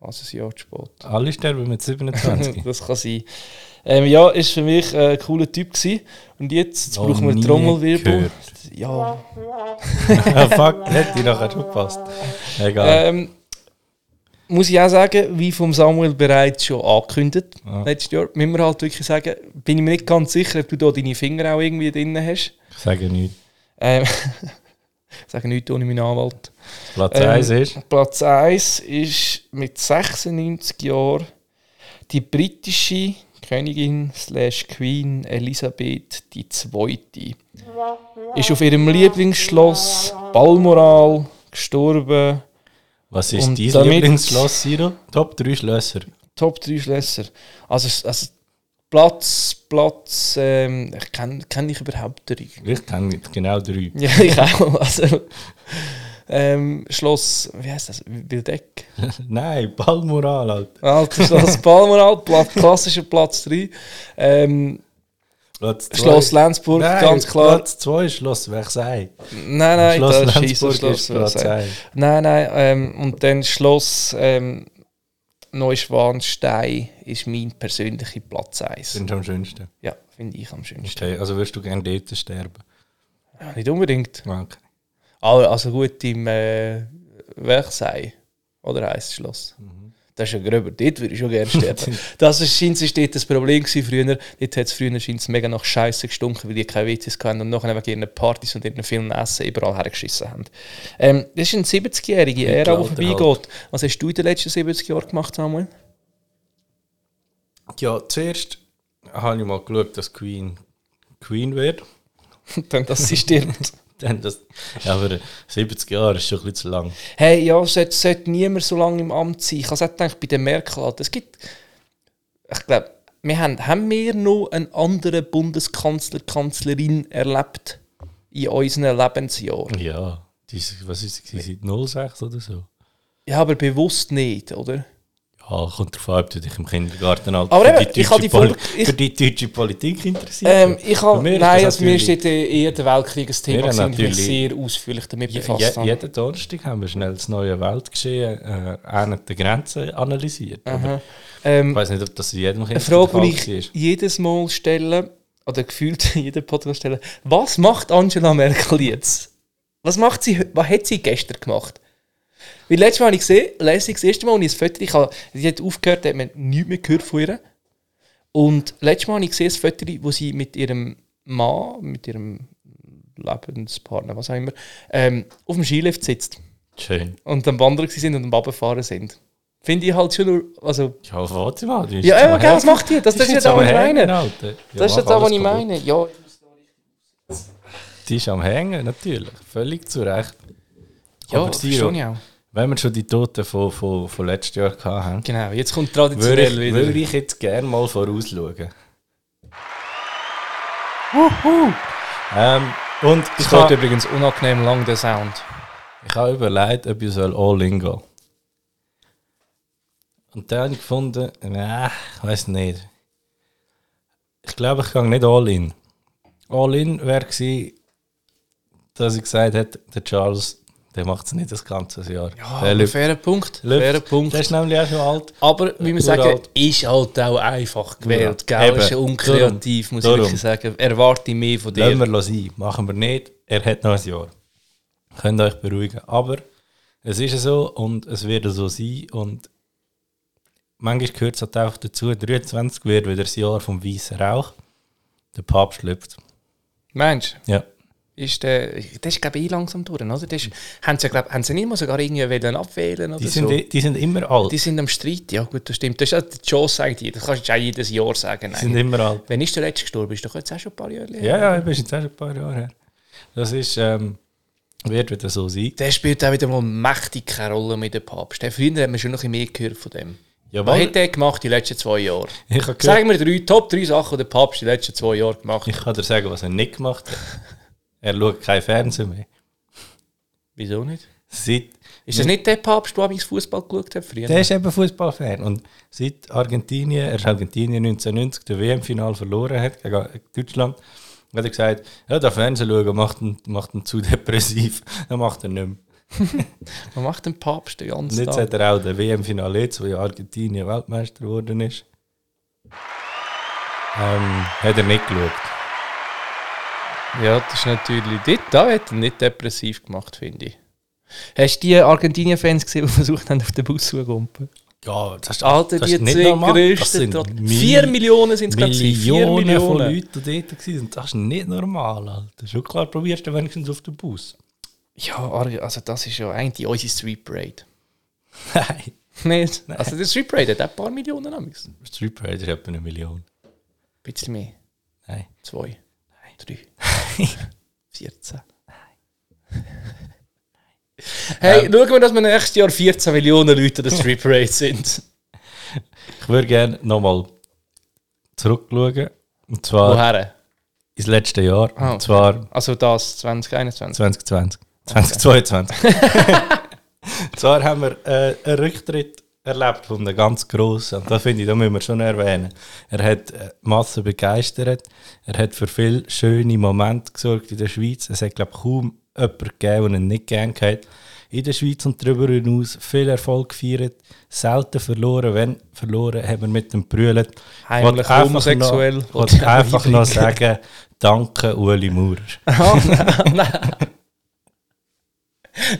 S1: Also ein Jahr zu spät.
S2: Alle sterben mit 27.
S1: das kann sein. Ähm, ja, ist für mich äh, ein cooler Typ gewesen. Und jetzt
S2: Noch
S1: brauchen wir einen
S2: nie
S1: Trommelwirbel.
S2: gehört.
S1: Ja.
S2: ah, fuck, hätte ich nachher schon gepasst. Egal.
S1: Ähm, muss ich auch sagen, wie vom Samuel bereits schon angekündigt,
S2: Ja.
S1: letztes Jahr, müssen wir halt wirklich sagen, bin ich mir nicht ganz sicher, ob du da deine Finger auch irgendwie drin hast.
S2: ich sage nichts.
S1: Ähm, ich sage nichts ohne meinen Anwalt.
S2: Platz
S1: Ähm,
S2: 1 ist.
S1: Platz 1 ist mit 96 Jahren die britische Königin slash Queen Elisabeth II. Ist auf ihrem Lieblingsschloss Balmoral gestorben.
S2: Was ist dein
S1: und damit-
S2: Lieblingsschloss, Siro? Top 3 Schlösser.
S1: Top 3 Schlösser. Also, also Platz, Platz, ähm, ich kenne kenn ich überhaupt drei.
S2: Ich kenne genau drei.
S1: Ja, ich auch. Also, ähm, Schloss, wie heißt das? Wildeck.
S2: Nein, Palmoral, Alter.
S1: Alter, Schloss Palmeral, Platz, klassischer Platz 3. Ähm,
S2: Platz zwei-
S1: Schloss Lenzburg,
S2: Nein,
S1: ganz klar.
S2: Platz 2 ist Schloss Versailles.
S1: Nein, nein, das
S2: Schloss
S1: ist
S2: Lenzburg
S1: Scheiss auf
S2: ist Platz
S1: Schloss. Nein,
S2: 1.
S1: nein, ähm, und dann Schloss ähm, Neuschwanstein ist mein persönlicher Platz 1.
S2: Sind am schönsten.
S1: Ja, finde ich am schönsten.
S2: Okay, also würdest du gerne dort sterben?
S1: Ja, nicht unbedingt.
S2: Okay.
S1: Aber also gut im äh, Versailles, oder heisst das Schloss?
S2: Mhm.
S1: Das ist ja gröber. Dort würde ich schon gerne sterben. das ist, scheint, ist dort das Problem gewesen früher. Dort hat es früher scheint mega nach Scheiße gestunken, weil die keine WCs hatten und nachher wegen ihren Partys und ihren vielen Essen überall hergeschissen haben. Ähm, das ist ein 70-jährige Ära, die
S2: Mittelalter
S1: vorbeigeht. Was hast du in den letzten 70 Jahren gemacht, Samuel?
S2: Ja, zuerst habe ich mal geschaut, dass Queen Queen wird.
S1: Dann, dass sie stirbt.
S2: Dann das, ja, aber 70 Jahre ist schon ein bisschen zu lang.
S1: Hey, ja, sollte, sollte niemand so lange im Amt sein. Ich habe es auch gedacht, bei der Merkel, Alter, es gibt, ich glaube, wir haben, haben wir noch einen anderen Bundeskanzler, Kanzlerin erlebt in unseren Lebensjahren?
S2: Ja, die ist, was ist sie, seit 06 oder so?
S1: Ja, aber bewusst nicht, oder?
S2: Ja, kommt drauf an, ob du dich im Kindergarten halt
S1: Aber
S2: für,
S1: eben,
S2: die
S1: ich habe die
S2: deutsche Poli-
S1: Folge- ich-
S2: für die deutsche Politik interessiert.
S1: Ähm, ich
S2: Bei
S1: habe,
S2: mir ist
S1: nein,
S2: das
S1: also mir
S2: natürlich-
S1: steht eher der Weltkrieg ein
S2: Wir
S1: Thema,
S2: haben
S1: gewesen und ich mich
S2: natürlich-
S1: sehr ausführlich damit
S2: Je,
S1: befasst
S2: je,
S1: habe.
S2: jeden Donnerstag haben wir schnell das neue Weltgeschehen äh, an der Grenze analysiert. Aber
S1: Aha.
S2: ich
S1: Ähm,
S2: weiß nicht, ob das in jedem Kind
S1: eine Frage, die
S2: der Fall
S1: ich jedes Mal stelle, oder gefühlt jeden Podcast stelle, was macht Angela Merkel jetzt? Was macht sie, hö- was hat sie gestern gemacht? Weil letztes Mal habe ich gesehen, letztes das erste Mal, und ich ein Foto, ich habe, sie hat aufgehört, da hat man nichts mehr gehört von ihr. Und letztes Mal habe ich gesehen, das Foto, wo sie mit ihrem Mann, mit ihrem Lebenspartner, was auch immer, ähm, auf dem Skilift sitzt
S2: ist. Schön.
S1: und am Wandern gewesen sind und am Abfahren sind. Finde ich halt schon, nur- also
S2: Ja, warte mal. die ist
S1: ja,
S2: jetzt
S1: eben,
S2: am
S1: gell, was
S2: Helfen.
S1: macht ihr? Das,
S2: Die
S1: das ist
S2: jetzt
S1: jetzt auch,
S2: am
S1: was ich
S2: Hängen,
S1: meine.
S2: Alter. Ja,
S1: Das ist
S2: mach
S1: jetzt auch, was
S2: alles
S1: ich
S2: kaputt.
S1: meine. Ja,
S2: Die ist am Hängen, natürlich. Völlig zu Recht.
S1: ja
S2: Aber
S1: verstehe
S2: Siro,
S1: ich auch.
S2: wenn wir schon die Toten von, von, von letztes Jahr gehabt haben,
S1: Genau, jetzt kommt
S2: würde ich,
S1: traditionell wieder.
S2: würde ich jetzt gerne mal vorausschauen. Ähm, und ich
S1: Es geht
S2: habe
S1: übrigens unangenehm lang, der Sound.
S2: ich habe überlegt, ob ich soll all in gehen Und dann habe ich gefunden, nein, ich weiß nicht. Ich glaube, ich gehe nicht all in. All in wäre gewesen, dass ich gesagt hätte, der Charles, der macht es nicht das ganze Jahr. der
S1: aber
S2: lügt.
S1: fairer Punkt.
S2: Läuft.
S1: Fairer
S2: Der
S1: Punkt.
S2: ist nämlich auch schon alt.
S1: Aber wie wir
S2: Uralt.
S1: sagen, ist halt auch einfach gewählt.
S2: Uralt.
S1: Gell? Ist
S2: Eben.
S1: ja unkreativ, muss ich
S2: Darum.
S1: wirklich sagen. Erwarte ich mehr von
S2: Lassen
S1: dir.
S2: wir sein. Machen wir nicht. Er hat noch ein Jahr. Könnt euch beruhigen. Aber es ist so und es wird so sein. Und manchmal gehört es halt auch dazu, 23 wird wieder das Jahr vom weißen Rauch. Der Papst schlüpft.
S1: Mensch,
S2: Ja.
S1: ist der, der ist, glaube ich, eh langsam durch, oder? Der ist, haben sie, glaub, haben sie nicht mal sogar irgendwie wollen abwählen oder
S2: Die sind,
S1: so?
S2: i- die sind immer alt.
S1: Die
S2: Die
S1: sind am Streit, ja gut, das stimmt. Dus Das ist auch die Chance, sagt jeder. Das kannst du jetzt auch jedes Jahr sagen.
S2: sind immer alt.
S1: Wenn ist der letzte gestorben? Ist doch jetzt auch schon ein paar Jahre her.
S2: Ja, ja, ich bin jetzt auch schon ein paar Jahre her. Das ist, ähm, wird wieder so sein.
S1: Der spielt auch wieder mal mächtig keine Rolle mit dem Papst. Der Freund hat man schon noch ein bisschen mehr gehört von dem. Was
S2: Jawohl,
S1: hat der gemacht die letzten zwei Jahre?
S2: ich habe gehört,
S1: Sagen wir drei, Top 3 Sachen, die der Papst die letzten zwei Jahre gemacht hat.
S2: ich kann dir sagen, was er nicht gemacht hat. Er schaut kein Fernsehen mehr.
S1: Wieso nicht?
S2: Seit
S1: Ist das nicht der Papst, der amigs Fußball geschaut hat früher?
S2: Der ist eben Fußballfan. Und seit Argentinien, er ist Argentinien 1990 der WM-Final verloren hat gegen äh, Deutschland, hat er gesagt, ja, der Fernsehen schauen macht ihn, macht ihn zu depressiv. Dann macht er nicht mehr.
S1: Was macht den Papst den
S2: Und
S1: ganzen
S2: jetzt
S1: Tag?
S2: hat er auch den WM-Final jetzt, wo ja Argentinien Weltmeister geworden ist. Ähm, hat er nicht geschaut.
S1: Ja, das ist natürlich... Dort, da hat er nicht depressiv gemacht, finde ich. Hast du die Argentinien-Fans gesehen, die versucht haben, auf den Bus zu gumpen?
S2: Ja, das ist
S1: Alter,
S2: das
S1: die
S2: ist nicht
S1: zwei
S2: normal. Das
S1: grössten...
S2: sind
S1: Trotz-
S2: Mil-
S1: Vier Millionen sind es gerade. gewesen. Vier
S2: Millionen, von Leuten die dort waren. Das ist nicht normal, Alter. Schon klar, probierst du wenigstens auf den Bus.
S1: Ja, Ar- also das ist ja eigentlich unsere Street Parade. Nein,
S2: Nein.
S1: also der Street Parade hat auch ein paar Millionen amigs. Ein
S2: Street Parade ist etwa eine Million.
S1: bisschen mehr.
S2: Nein.
S1: Zwei. Drei. Vierzehn. Hey, schauen wir, dass wir nächstes Jahr 14 Millionen Leute an der Street Parade sind.
S2: Ich würde gerne nochmal zurückschauen. Und zwar
S1: Woher?
S2: ins letzte Jahr.
S1: Ah, okay.
S2: Und zwar
S1: Also das 2021.
S2: 2020. 2022. und zwar haben wir äh, einen Rücktritt erlebt von einem ganz Grossen. Und das finde ich, da müssen wir schon erwähnen. Er hat äh, Massen begeistert. Er hat für viele schöne Momente gesorgt in der Schweiz. Es hat, glaube ich, kaum jemanden gegeben, der ihn nicht gern hat. In der Schweiz und darüber hinaus viel Erfolg gefeiert. Selten verloren. Wenn verloren, haben wir mit dem Brüllen.
S1: Heimlich
S2: Ich will einfach
S1: homosexuell.
S2: noch- Ich wollte einfach noch sagen, danke Ueli Maurer.
S1: Oh, nein, nein.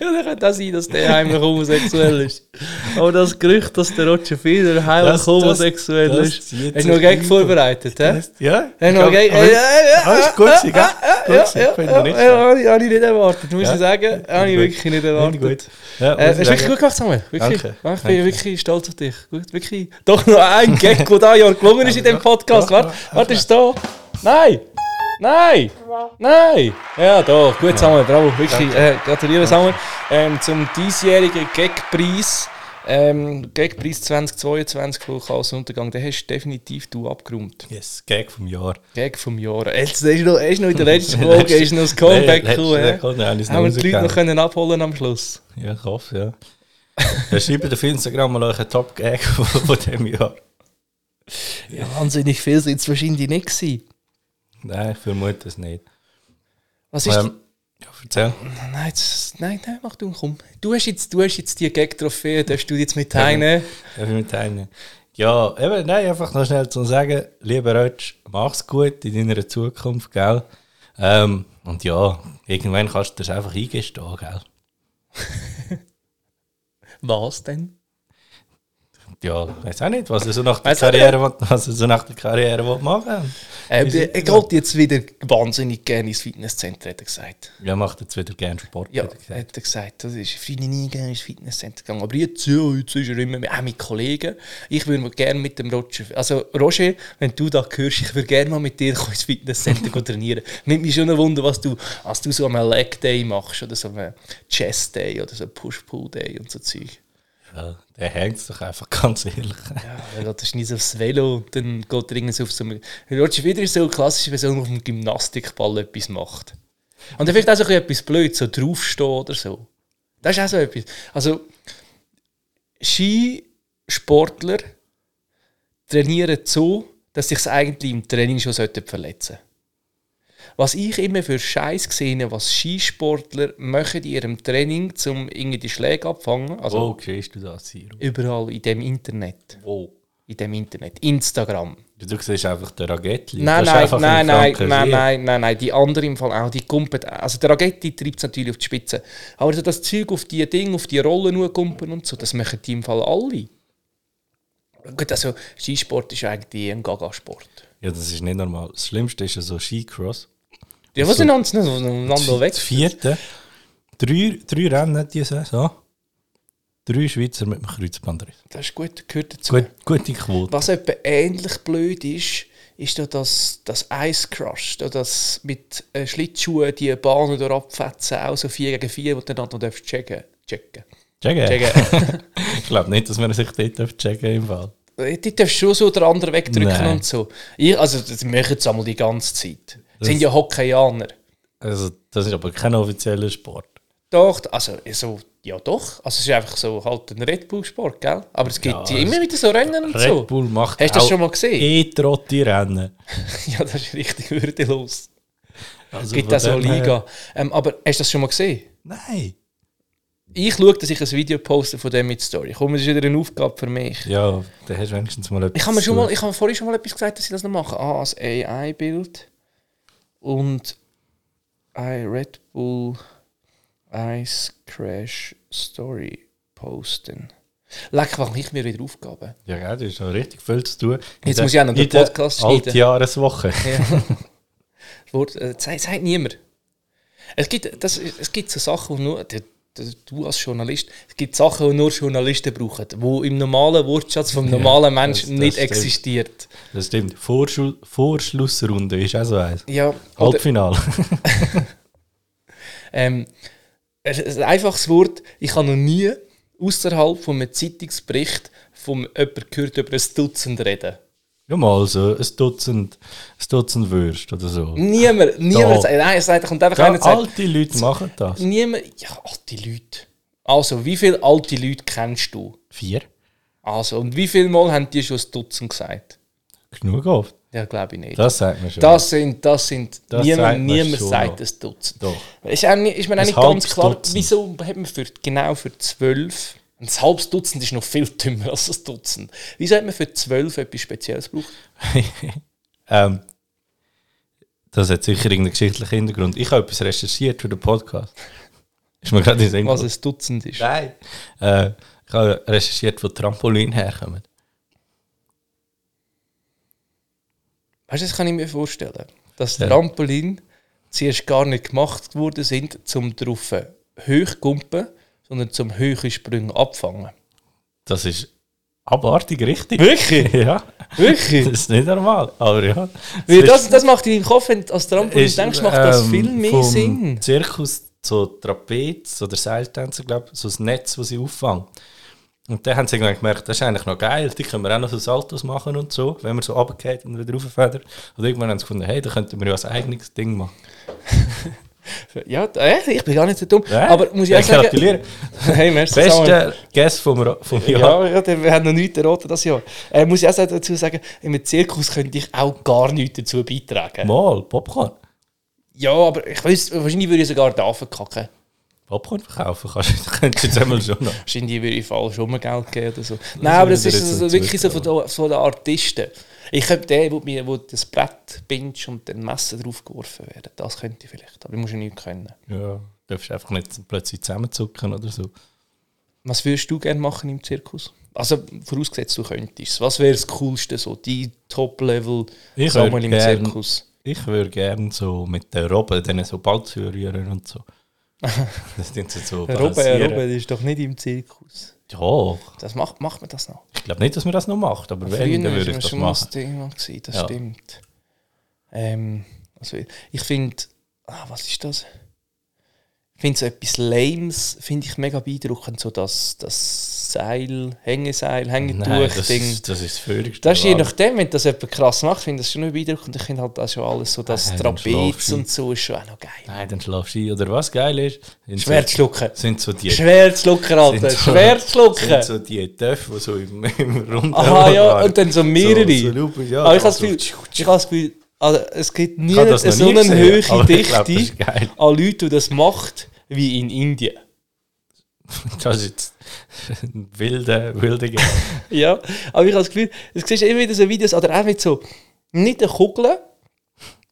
S1: Ja, dann könnte auch sein, dass der heimlich homosexuell ist. Aber das Gerücht, dass der Roger Federer heimlich
S2: Das- das-
S1: homosexuell
S2: das
S1: ist,
S2: zieht
S1: hast
S2: sich
S1: du noch gegen
S2: weiter.
S1: vorbereitet, hä?
S2: Ja?
S1: Hast du noch gegen... Ja, ja,
S2: Alles gut, gewesen, gell? Gut
S1: ja,
S2: gewesen,
S1: ja,
S2: finde
S1: ja,
S2: ich nicht
S1: ja, habe ich- habe ich nicht erwartet, muss
S2: Ja.
S1: ich sagen. Habe ich
S2: gut.
S1: wirklich nicht erwartet.
S2: schlecht. Nicht gut. Ja, Eh,
S1: Äh,
S2: muss
S1: hast
S2: ich
S1: du wirklich
S2: sagen.
S1: gut gemacht, Samuel. Wirklich.
S2: Danke.
S1: Ja, Ich bin wirklich stolz auf dich. Gut, wirklich. Doch noch ein Gag, der da Jahr gelungen ist in dem Podcast. Warte, warte, ist es da? Nein! Nein! Nein! Ja, doch. Gut, Samuel, bravo. Wirklich. Äh, gratuliere, Samuel. Ähm, zum diesjährigen Gagpreis. Ähm, Gagpreis 2022 von Chaos Untergang. Den hast definitiv du abgeräumt.
S2: Yes, Gag vom Jahr.
S1: Gag vom Jahr. Jetzt ist noch, er ist noch in der letzten Folge, ist noch das Comeback gekommen. hä?
S2: Comeback
S1: Haben wir die Leute noch
S2: cool.
S1: können abholen am Schluss?
S2: Ja, ich hoffe, ja. Dann schreibt auf Instagram mal euren Top-Gag von von dem Jahr.
S1: Ja, wahnsinnig viel sind es wahrscheinlich nicht gewesen.
S2: Nein, ich vermute es nicht.
S1: Was ist
S2: Ähm, ja, erzähl.
S1: die- nein, jetzt, nein, nein, mach du, komm. Du hast jetzt, du hast jetzt die Gag-Trophäe, darfst du jetzt mit heine.
S2: Darf ich mit einem? Ja, eben, nein, einfach noch schnell zu sagen, lieber Rötsch, mach's gut in deiner Zukunft, gell? Ähm, und ja, irgendwann kannst du das einfach eingestehen, gell?
S1: Was denn?
S2: Ja, ich weiß auch nicht, was er so nach der
S1: Weiss auch
S2: Karriere, will, was er so nach der Karriere will machen
S1: Äh,
S2: Wieso?
S1: er geht jetzt wieder wahnsinnig gerne ins Fitnesscenter, hat er gesagt.
S2: Ja, macht jetzt wieder gerne Sport.
S1: Ja,
S2: hat er gesagt.
S1: hat er gesagt. Das ist früher nie gerne ins Fitnesscenter gegangen. Aber jetzt, ja, jetzt ist er immer mehr, auch mit Kollegen. Ich würde mal gerne mit dem Roger, also Roger, wenn du da hörst, ich würde gerne mal mit dir ins Fitnesscenter gehen trainieren. Nimmt mich schon ein Wunder, was du, was du so am Leg Day machst oder so am Chest Day oder so Push-Pull Day und so Zeug.
S2: Ja, der hängt doch einfach, ganz ehrlich.
S1: Ja, dann geht er schneiden aufs Velo und dann geht er irgendwie auf so einem... Roger wieder ist so klassisch, wenn er auf dem Gymnastikball etwas macht. Und dann vielleicht auch so ein bisschen etwas blöd, so draufstehen oder so. Das ist auch so etwas. Also, Skisportler trainieren so, dass sich eigentlich im Training schon verletzen sollten. Was ich immer für Scheiß gesehen was Skisportler machen in ihrem Training, um irgendwie die Schläge abfangen, also
S2: Wo siehst du das, Siro?
S1: überall in dem Internet
S2: Wo?
S1: in dem Internet. Instagram.
S2: Du siehst einfach den Ragettli.
S1: Nein,
S2: Das ist
S1: nein,
S2: einfach
S1: nein,
S2: ein
S1: nein,
S2: kranker
S1: nein,
S2: Sieg.
S1: nein, nein, nein, die anderen im Fall auch, die kumpen, also der Ragetti treibt es natürlich auf die Spitze, aber so das Zeug auf die Dinge, auf die Rollen nur kumpen und so, das machen die im Fall alle. Gut, also Skisport ist eigentlich ein Gaga-Sport.
S2: Ja, das ist nicht normal. Das Schlimmste ist ja so Skicross.
S1: Ja, was sind uns noch weg?
S2: Das vierte. Drei, drei Rennen diese Saison. Drei Schweizer mit dem Kreuzbandriss.
S1: Das ist gut, gehört dazu.
S2: Gut, gute Quote.
S1: Was etwa ähnlich blöd ist, ist doch das, das Ice Crush, da das mit äh, Schlittschuhen die Bahnen durch abfetzen, auch so 4 gegen 4, wo du dann noch darfst checken checken.
S2: Checken.
S1: checken.
S2: Ich glaube nicht, dass man sich dort checken im Fall.
S1: die darfst schon so den anderen wegdrücken
S2: Nein.
S1: und so. Ich, also das machen es einmal die ganze Zeit. Das sind ja Hockeyaner.
S2: Also, das ist aber kein offizieller Sport.
S1: Doch, also so, ja doch. Also es ist einfach so halt ein Red Bull-Sport, gell? Aber es gibt
S2: es-
S1: immer wieder so Rennen und so.
S2: Red Bull macht
S1: Hast du das schon mal gesehen?
S2: E-Trotti Rennen.
S1: ja, das ist richtig würdelos.
S2: Also
S1: Gibt
S2: von
S1: das auch
S2: dem her-
S1: Liga. Ähm, aber hast du das schon mal gesehen?
S2: Nein.
S1: Ich schaue, dass ich ein Video poste von dem mit Story. Komm, das ist wieder eine Aufgabe für mich.
S2: Ja, da hast du wenigstens mal etwas.
S1: Ich habe mir schon
S2: zu-
S1: mal, ich habe vorhin schon mal etwas gesagt, dass ich das noch mache. Ah, als AI-Bild und I Red Bull Ice Crash Story posten. Leck, mach ich mir wieder Aufgaben.
S2: Ja, gell, du hast noch richtig viel zu tun.
S1: Jetzt muss ich auch noch den Podcast schneiden.
S2: schneiden. Jahreswoche.
S1: Ja. Das Wort, äh, sagt, sagt niemand. Es gibt, das, es gibt so Sachen, die nur. die- die- Du als Journalist, es gibt Sachen, die nur Journalisten brauchen, die im normalen Wortschatz vom normalen Menschen
S2: das- das
S1: nicht
S2: stimmt.
S1: existiert.
S2: Das stimmt. Vorschul Vorschlussrunde ist auch so eins.
S1: Ja, oder,
S2: Halbfinale.
S1: ähm, ein ein einfaches Wort, ich habe noch nie außerhalb von einem Zeitungsbericht von jemandem gehört, über ein Dutzend reden.
S2: Ja, mal so ein Dutzend, ein Dutzend Würste oder so.
S1: Niemand, niemand sagt, nein, es sagt, kommt einfach
S2: Ja,
S1: einer und sagt,
S2: alte Leute machen das.
S1: niemand, ja, alte Leute. Also, wie viele alte Leute kennst du?
S2: Vier?
S1: Also, und wie viele Mal haben die schon ein Dutzend gesagt?
S2: Genug oft.
S1: Ja, glaube ich nicht. Das,
S2: Das sagt man schon.
S1: sind, das sind,
S2: Das
S1: niemand,
S2: sagt man
S1: niemand
S2: schon
S1: sagt
S2: noch.
S1: ein Dutzend.
S2: Doch.
S1: Ist, auch nicht, ist mir auch
S2: Ein
S1: nicht ganz
S2: halbes
S1: klar,
S2: Dutzend.
S1: wieso hat man für, genau für zwölf, ein halbes Dutzend ist noch viel dümmer als ein Dutzend. Wieso hat man für zwölf etwas Spezielles gebraucht?
S2: Ähm, das hat sicher irgendeinen geschichtlichen Hintergrund. Ich habe etwas recherchiert für den Podcast. Ist mir gerade in den Sinn
S1: Was
S2: gekommen.
S1: ein Dutzend ist.
S2: Nein. Äh, ich habe recherchiert, wo Trampolin herkommen.
S1: Weißt du, das kann ich mir vorstellen. Dass Trampolin zuerst gar nicht gemacht worden sind, um darauf hochgumpen, sondern zum höheren Sprünge abfangen.
S2: Das ist abartig richtig.
S1: Wirklich?
S2: Ja, das
S1: Wirklich?
S2: ist nicht normal. Aber ja.
S1: Weil
S2: ist-
S1: das, das macht in deinem Kopf, wenn du als Trampolin
S2: ist,
S1: denkst, macht das
S2: ähm,
S1: viel mehr
S2: vom
S1: Sinn.
S2: Zirkus zu Trapez oder Seiltänzer, glaube ich, so das Netz, das sie auffangen. Und dann haben sie irgendwann gemerkt, das ist eigentlich noch geil, die können wir auch noch so Saltos machen und so, wenn man so runtergeht und wieder rauffedert. Und irgendwann haben sie gefunden, hey, da könnten wir ja ein eigenes Ding machen.
S1: Ja, d- äh, ich bin gar nicht so dumm.
S2: Ja,
S1: Aber muss ich auch sagen...
S2: gratuliere.
S1: Hey, merci Samuel.
S2: Beste Guess vom, Ra- vom Jahr.
S1: Ja, ja, der- wir haben noch nichts erraten das Jahr. Äh, muss ich auch dazu sagen, im Zirkus könnte ich auch gar nichts dazu beitragen.
S2: Mal, Popcorn.
S1: Ja, aber ich weiß, wahrscheinlich würde ich sogar da kacken.
S2: Popcorn verkaufen kannst du könntest du jetzt einmal schon noch.
S1: Wahrscheinlich würde ich falsch um Geld geben oder so. Nein, aber das
S2: würde ich
S1: ist
S2: jetzt
S1: so,
S2: nicht
S1: wirklich so von, der, von den Artisten. Ich könnte den, wo, mir, wo das Brett bindst und dann Messer draufgeworfen werden. Das könnte ich vielleicht, aber ich muss ja nicht können.
S2: Ja, darfst einfach nicht plötzlich zusammenzucken oder so.
S1: Was würdest du gerne machen im Zirkus? Also vorausgesetzt, du könntest. Was wäre das Coolste so? Die Top-Level
S2: Ich
S1: Sammlung
S2: würde
S1: im
S2: gern-
S1: Zirkus.
S2: Ich würde gerne so mit den Robben denen so Ballzüge rühren und so. das sind sie so
S1: Robben,
S2: balancieren.
S1: Robben ist doch nicht im Zirkus.
S2: Ja,
S1: Das macht, macht man das noch?
S2: ich glaube nicht, dass man das noch macht, aber wenn,
S1: Früher
S2: dann würde
S1: war
S2: ich das
S1: schon
S2: machen.
S1: das Thema, gewesen, das
S2: Ja.
S1: stimmt. Ähm, also ich finde, ah, was ist das? Ich finde so etwas Lames, finde ich mega beeindruckend, so das, das Seil, Hängeseil,
S2: Nein, das,
S1: Hängetuch-Ding.
S2: ist- das ist das Völligste.
S1: Das ist je
S2: überhaupt.
S1: nachdem, wenn das jemand krass macht, finde ich das schon noch beeindruckend. Ich finde halt auch schon alles so, das
S2: Nein, dann schlafst
S1: Trapez
S2: du.
S1: und so ist schon auch noch geil.
S2: Nein, dann schlafst du ein. Oder was geil ist, sind,
S1: Schwer zu schlucken.
S2: so, sind so die...
S1: Schwer zu schlucken, Alter.
S2: Sind so-
S1: Schwer zu schlucken.
S2: Sind so die Töpfe, die so im, im Runden
S1: Aha, ja,
S2: rumfahren.
S1: und dann so mehrere.
S2: genau. So, so Lupe, ja,
S1: aber ich habe
S2: dann
S1: das
S2: so-
S1: Gefühl, ich habe das Gefühl also es gibt nie
S2: Ich habe das noch
S1: so
S2: nie
S1: eine
S2: gesehen,
S1: hohe
S2: aber ich glaub, das ist
S1: Dichte
S2: geil.
S1: an Leuten, die das macht, wie in Indien.
S2: Das ist jetzt ein wilder, wilder Gag.
S1: Ja, aber ich habe das Gefühl, es siehst du immer wieder so Videos, oder auch mit so, nicht eine Kugel,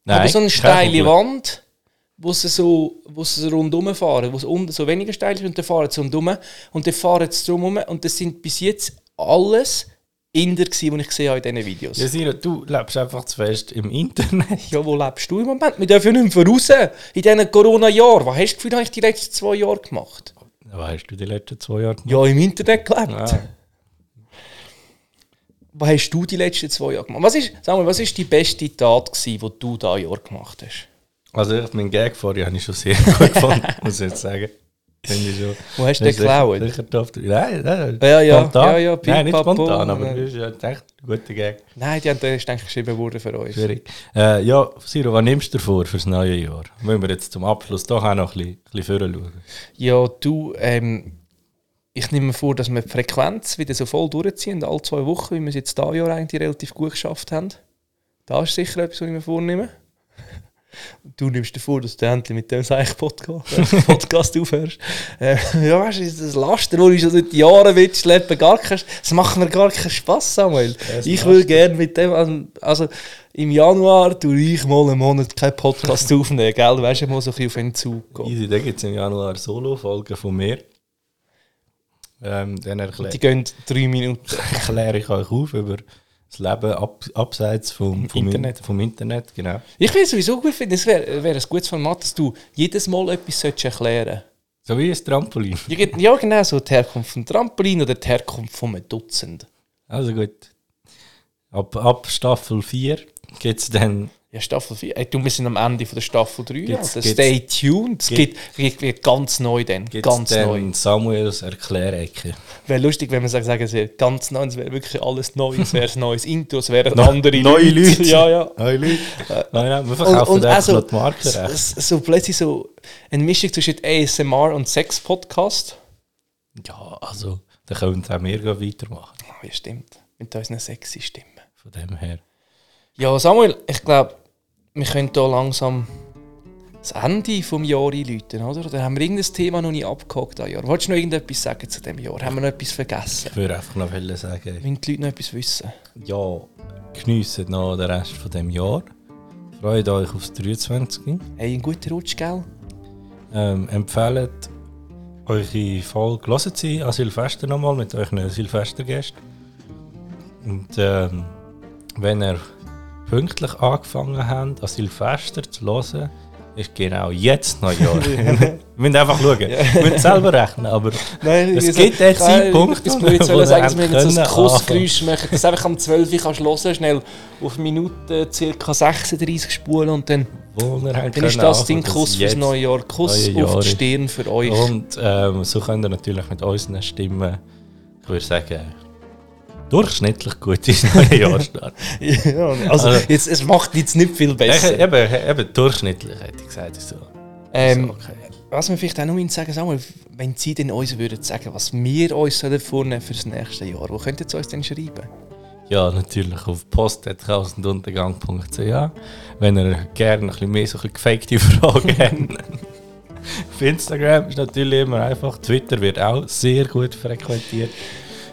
S1: aber so eine
S2: keine
S1: steile
S2: Kugel.
S1: Wand, wo sie so, wo sie so rundum fahren, wo es unten so weniger steil ist und dann fahren sie rundum und dann fahren sie drumherum und das sind bis jetzt alles Inder gewesen, die ich gesehen habe in diesen Videos.
S2: Ja, Siro, du lebst einfach zu fest im Internet.
S1: Ja, wo lebst du im Moment? Wir dürfen ja nicht mehr voraus in diesen Corona-Jahren. Was hast du für eigentlich die letzten zwei Jahre gemacht?
S2: Was hast du die letzten zwei Jahre gemacht?
S1: Ja, im Internet gelebt.
S2: Ah.
S1: Was hast du die letzten zwei Jahre gemacht? Was ist, sag mal, was ist die beste Tat, gewesen, die du da Jahr gemacht hast?
S2: Also ich, mein Gag vorher habe ich schon sehr gut gefunden, muss ich jetzt sagen. Finde ich schon.
S1: Wo hast du den
S2: Das ist sicher-
S1: geklaut?
S2: sicher drauf- Nein, nein.
S1: Ja, ja,
S2: spontan.
S1: ja, ja,
S2: Nein, nicht
S1: pipapo,
S2: spontan, aber
S1: nein.
S2: das ist ja echt ein guter Gag.
S1: Nein, die haben das ist, denke ich, geschrieben worden für uns.
S2: Schwierig. Äh, ja, Siro, was nimmst du dir vor fürs neue Jahr? Müssen wir jetzt zum Abschluss doch auch noch ein bisschen, ein bisschen schauen.
S1: Ja, du, ähm, ich nehme mir vor, dass wir die Frequenz wieder so voll durchziehen, alle zwei Wochen, wie wir es jetzt dieses Jahr eigentlich relativ gut geschafft haben. Das ist sicher etwas, was ich mir vornehme. Und Du nimmst dir vor, dass du endlich mit dem Seich-Podcast Podcast aufhörst. Äh, ja, weißt du, das ist ein Laster, das du schon seit Jahren willst, schleppen, gar kein, das macht mir gar keinen Spass, Samuel.
S2: Das
S1: Ich
S2: macht-
S1: will gerne mit dem, an- also im Januar tue ich mal einen Monat keinen Podcast aufnehmen, gell? Weißt du, ich muss so ein bisschen auf den Zug gehen.
S2: Easy, da gibt es im Januar Solo-Folgen von mir. Ähm, dann erkläre
S1: Die gehen drei Minuten.
S2: erkläre ich euch auf über das Leben ab, abseits vom, vom
S1: Internet.
S2: In- Vom Internet genau.
S1: Ich würde sowieso gut finden, es wäre wär ein gutes Format, dass du jedes Mal etwas solltest erklären
S2: So wie ein Trampolin.
S1: solltest. Ja, genau so die Herkunft vom Trampolin oder die Herkunft von einem Dutzend.
S2: Also gut. Ab, ab Staffel 4 gibt es dann
S1: Ja, Staffel 4. Ey, du, wir sind am Ende von der Staffel 3.
S2: Gibt's-
S1: Alter.
S2: gibt's-
S1: Stay tuned. Es
S2: gibt-
S1: gibt, wird- wird ganz neu dann.
S2: Gibt's
S1: Ganz neu.
S2: dann Samuels Erklärecke.
S1: Wäre lustig, wenn man sagen, sagen sie ganz neu. Es wäre wirklich alles neu. Es wäre ein neues Intro. Es wären andere
S2: neue Leute.
S1: Ja, ja. also,
S2: Neue Leute. Nein, nein, wir verkaufen einfach noch die
S1: s-
S2: Markenrechte.
S1: s- so plötzlich so eine Mischung zwischen ASMR und Sex-Podcast.
S2: Ja, also, dann können auch wir gleich weitermachen.
S1: Ah, ja, stimmt. Mit unseren sexy Stimmen.
S2: Von dem her.
S1: Ja, Samuel, ich glaube, wir können hier langsam das Ende des Jahres einläuten, oder? Oder haben wir irgendein Thema noch nicht abgehakt an Jahr? Wolltest du noch irgendetwas sagen zu diesem Jahr? Haben wir noch etwas vergessen?
S2: Ich würde einfach noch wollen sagen,
S1: Wollen die Leute noch etwas wissen?
S2: ja, geniessen noch den Rest von dem Jahr. Freut euch aufs 23.
S1: Hey, einen guten Rutsch, gell?
S2: Ähm, empfehlt eure Folge, hört sie an Silvester nochmal mit euren Silvestergästen. Und ähm, wenn ihr pünktlich angefangen habt, an Silvester zu hören, ist genau jetzt Neujahr. Wir müssen einfach schauen. Wir müssen selber rechnen, aber
S1: Nein,
S2: Es gibt den Zeitpunkt,
S1: Ich würde jetzt
S2: wo
S1: wollen
S2: wir
S1: sagen, dass wir
S2: endlich
S1: jetzt so ein
S2: können
S1: Kussgeräusch machen, dass einfach am 12 Uhr kannst du hören, schnell auf Minute ca. 36 spulen und dann,
S2: wo wir haben
S1: dann ist
S2: können
S1: das dein
S2: anfangen,
S1: Kuss fürs
S2: jetzt
S1: neue Jahr. Kuss
S2: neue Jahr
S1: auf die
S2: ist.
S1: Stirn für euch.
S2: Und ähm, so könnt ihr natürlich mit unseren Stimmen, ich würde sagen, durchschnittlich gut ins neue Jahr starten.
S1: Ja, also,
S2: Also-
S1: jetzt, es macht jetzt nicht viel
S2: Ich-
S1: besser.
S2: eben, eben durchschnittlich hätte ich gesagt. ist So.
S1: Ähm,
S2: so, okay.
S1: Was wir vielleicht auch noch müssen sagen Samuel, wenn Sie denn uns würden sagen, was wir uns sollen vornehmen für das nächste Jahr, wo könnten Sie uns denn schreiben?
S2: Ja, natürlich auf post.tausenduntergang.ch. Wenn ihr gerne ein bisschen mehr so ein bisschen gefakte Fragen habt. auf Instagram ist natürlich immer einfach. Twitter wird auch sehr gut frequentiert.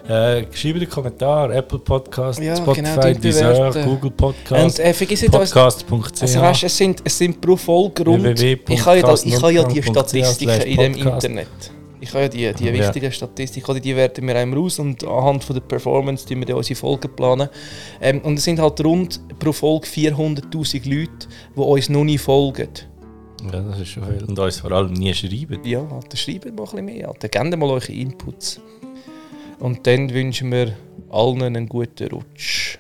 S2: Äh, schreibt einen Kommentar, Apple Podcast,
S1: Ja, genau,
S2: Spotify,
S1: dort
S2: Deezer,
S1: bewerten.
S2: Google
S1: Und
S2: Podcast,
S1: äh, vergiss nicht, uns,
S2: podcast.ch.
S1: also, weißt, es, sind, es sind pro Folge rund, ich habe ja, da, ich habe ja die Statistiken in dem
S2: www.podcast.ch/podcast.
S1: Internet. Ich habe ja die, die
S2: Ja.
S1: wichtigen Statistiken, oder die werten wir einem raus und anhand von der Performance die wir dann unsere Folgen planen. Ähm, und es sind halt rund pro Folge 400'000 Leute, die uns noch nie folgen.
S2: Ja, das ist schon viel. Und uns vor allem nie schreiben.
S1: ja, dann schreibt mal ein bisschen mehr. Alter. Gebt mal eure Inputs. Und dann wünschen wir allen einen guten Rutsch.